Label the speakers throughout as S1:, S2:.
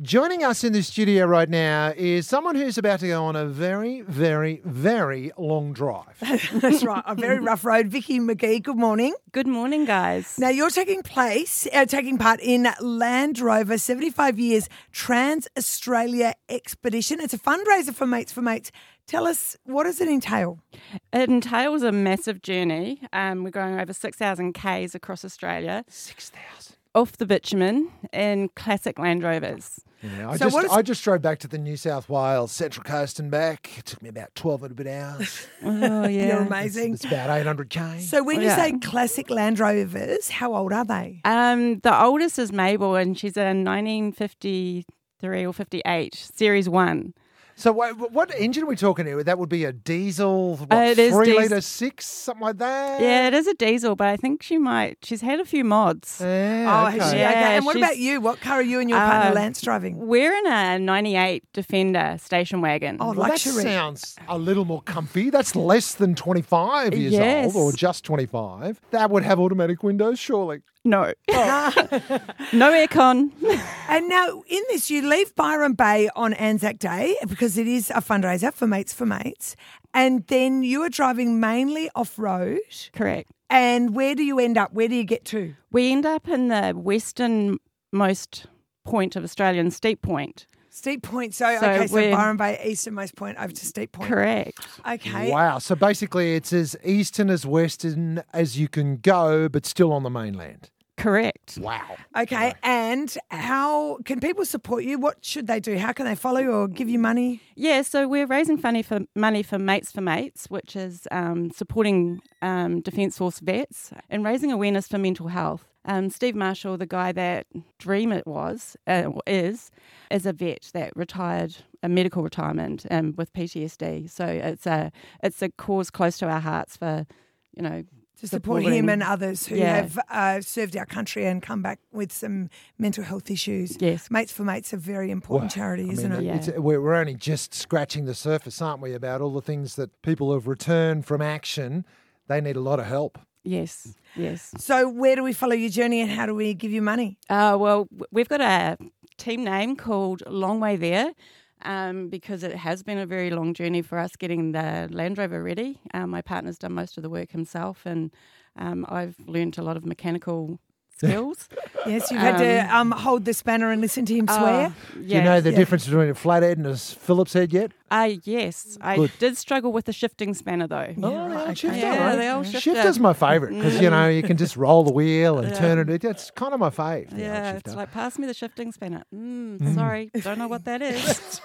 S1: Joining us in the studio right now is someone who's about to go on a very, very, very long drive.
S2: That's right. A very rough road. Vicky McGee, good morning.
S3: Good morning, guys.
S2: Now you're taking place, uh, taking part in Land Rover 75 years Trans Australia Expedition. It's a fundraiser for Mates for Mates. Tell us what does it entail?
S3: It entails a massive journey. Um, we're going over 6,000 Ks across Australia,
S1: 6,000.
S3: off the bitumen in classic Land Rovers.
S1: Yeah, I,
S2: So
S1: just,
S2: what is-
S1: I just drove back to the New South Wales Central Coast and back. It took me about 12 and a bit hours.
S3: Oh, yeah.
S2: You're amazing.
S1: It's about 800k.
S2: So when you
S3: Yeah.
S2: say classic Land Rovers, how old are they?
S3: Um, the oldest is Mabel, and she's a 1953 or 58, Series 1.
S1: so wha- wha- what engine are we talking here? That would be a diesel, what,
S3: Uh, it is
S1: three
S3: dies-
S1: litre six, something like that?
S3: Yeah, it is a diesel, but I think she might. She's had a few mods.
S1: Yeah,
S2: Oh, has she?
S1: okay.
S2: okay.
S3: Yeah,
S2: And what
S3: she's-
S2: about you? What car are you and your partner
S3: Uh,
S2: Lance driving?
S3: We're in a 98 Defender station wagon.
S2: Oh,
S1: Well, that
S2: luxury.
S1: sounds a little more comfy. That's less than 25 years
S3: Yes.
S1: old, or just 25. That would have automatic windows, surely.
S3: No. no aircon.
S2: And now, in this, you leave Byron Bay on Anzac Day because it is a fundraiser for Mates for Mates. And then you are driving mainly off road.
S3: Correct.
S2: And where do you end up? Where do you get to?
S3: We end up in the westernmost point of Australian Steep Point.
S2: Steep Point. So,
S3: So
S2: okay, so
S3: we're-
S2: Byron Bay, easternmost point over to Steep Point.
S3: Correct.
S2: Okay.
S1: Wow. So basically, it's as eastern as western as you can go, but still on the mainland.
S3: Correct.
S1: Wow.
S2: Okay. And how can people support you? What should they do? How can they follow you or give you money?
S3: Yeah, so we're raising funny for money for Mates for Mates, which is um, supporting um, Defence Force vets and raising awareness for mental health. Um, Steve Marshall, the guy that Dream it was uh, is, is a vet that retired a medical retirement um, with PTSD. So it's a it's a cause close to our hearts for, you know,
S2: To support him and others who
S3: Yeah.
S2: have uh, served our country and come back with some mental health issues.
S3: Yes.
S2: Mates for Mates, a very important charity,
S1: I
S2: isn't
S1: mean,
S2: it?
S3: Yeah.
S1: it's- uh, we're, we're only just scratching the surface, aren't we, about all the things that people have returned from action. They need a lot of help.
S3: yes, yes.
S2: So, where do we follow your journey and how do we give you money?
S3: Uh, well, w- we've got a team name called Long Way There um, because it has been a very long journey for us getting the Land Rover ready. Um, my partner's done most of the work himself, and um, I've learnt a lot of mechanical skills.
S2: Yes, you've had to um, hold this banner and listen to him swear.
S3: Uh,
S1: Do you know the
S2: Yeah.
S1: difference between a flathead and a s- Phillips head yet?
S3: Uh, yes, I
S1: Good.
S3: did struggle with the shifting spanner though.
S1: oh, the old shifter,
S3: Yeah,
S1: right?
S3: the old
S1: Shifter's
S3: shifter.
S1: my favourite because you know you can just roll the wheel and turn it. That's kind of my fave. the old
S3: Mm. Yeah, it's
S1: shifter.
S3: like pass me the shifting spanner. Mm, Sorry, don't know what that is.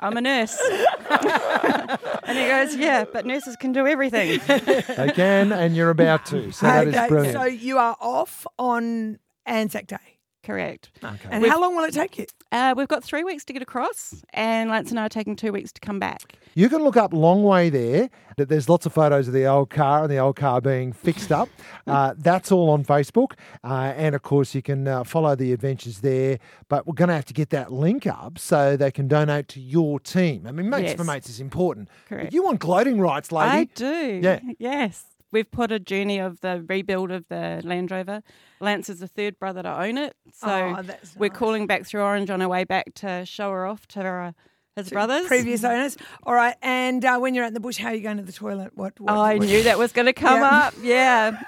S3: I'm a nurse, and he goes, "Yeah, but nurses can do everything."
S1: they can, and you're about to. So that is brilliant.
S2: so you are off on Anzac Day.
S3: Correct.
S1: Okay.
S2: And
S3: We've-
S2: how long will it take you?
S3: Uh, we've got three weeks to get across, and Lance and I are taking two weeks to come back.
S1: You can look up Long Way there. That There's lots of photos of the old car and the old car being fixed up. Uh, that's all on Facebook. Uh, and of course, you can uh, follow the adventures there. But we're going to have to get that link up so they can donate to your team. I mean, Mates for
S3: Yes.
S1: Mates is important. But
S3: Correct.
S1: you want gloating rights, lady.
S3: I do.
S1: Yeah.
S3: Yes. We've put a journey of the rebuild of the Land Rover. Lance is the third brother to own it, so
S2: Oh, that's
S3: we're
S2: nice.
S3: calling back through Orange on our way back to show her off to her, his brothers.
S2: Previous owners. All right. And uh, when you're out in the bush, how are you going to the toilet? What? what
S3: I knew that was going to come
S2: Yeah.
S3: up. Yeah.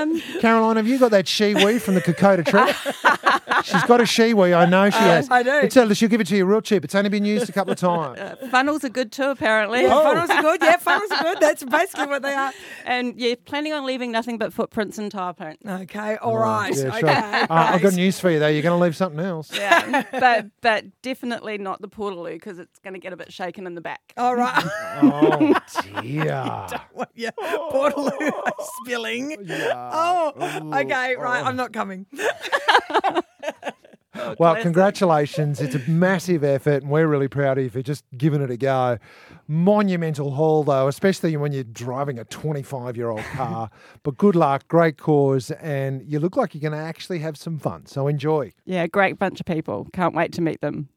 S3: Um,
S1: Caroline, have you got that shiwi from the Kokoda tree? She's got a shiwi, I know she has.
S2: Um, I do.
S1: It's, uh, she'll give it to you real cheap. It's only been used a couple of times.
S3: funnels are good too, apparently.
S1: Oh.
S2: Yeah, funnels are good. Yeah, funnels are good. That's basically what they are.
S3: And yeah, planning on leaving nothing but footprints and tire prints.
S2: Okay. All right.
S1: Yeah,
S2: okay.
S1: sure. Uh, I've got news for you, though. You're going to leave something else.
S3: Yeah, but but definitely not the Portaloo because it's going to get a bit shaken in the back.
S2: All right.
S1: Oh, dear.
S2: What, yeah.
S1: Oh.
S2: Portaloo spilling. Oh, okay.
S1: oh.
S2: Right. I'm not coming.
S1: Well, congratulations. It's a massive effort, and we're really proud of you for just giving it a go. Monumental haul, though, especially when you're driving a 25 year old car. but good luck, great cause, and you look like you're going to actually have some fun. So enjoy.
S3: Yeah, great bunch of people. Can't wait to meet them.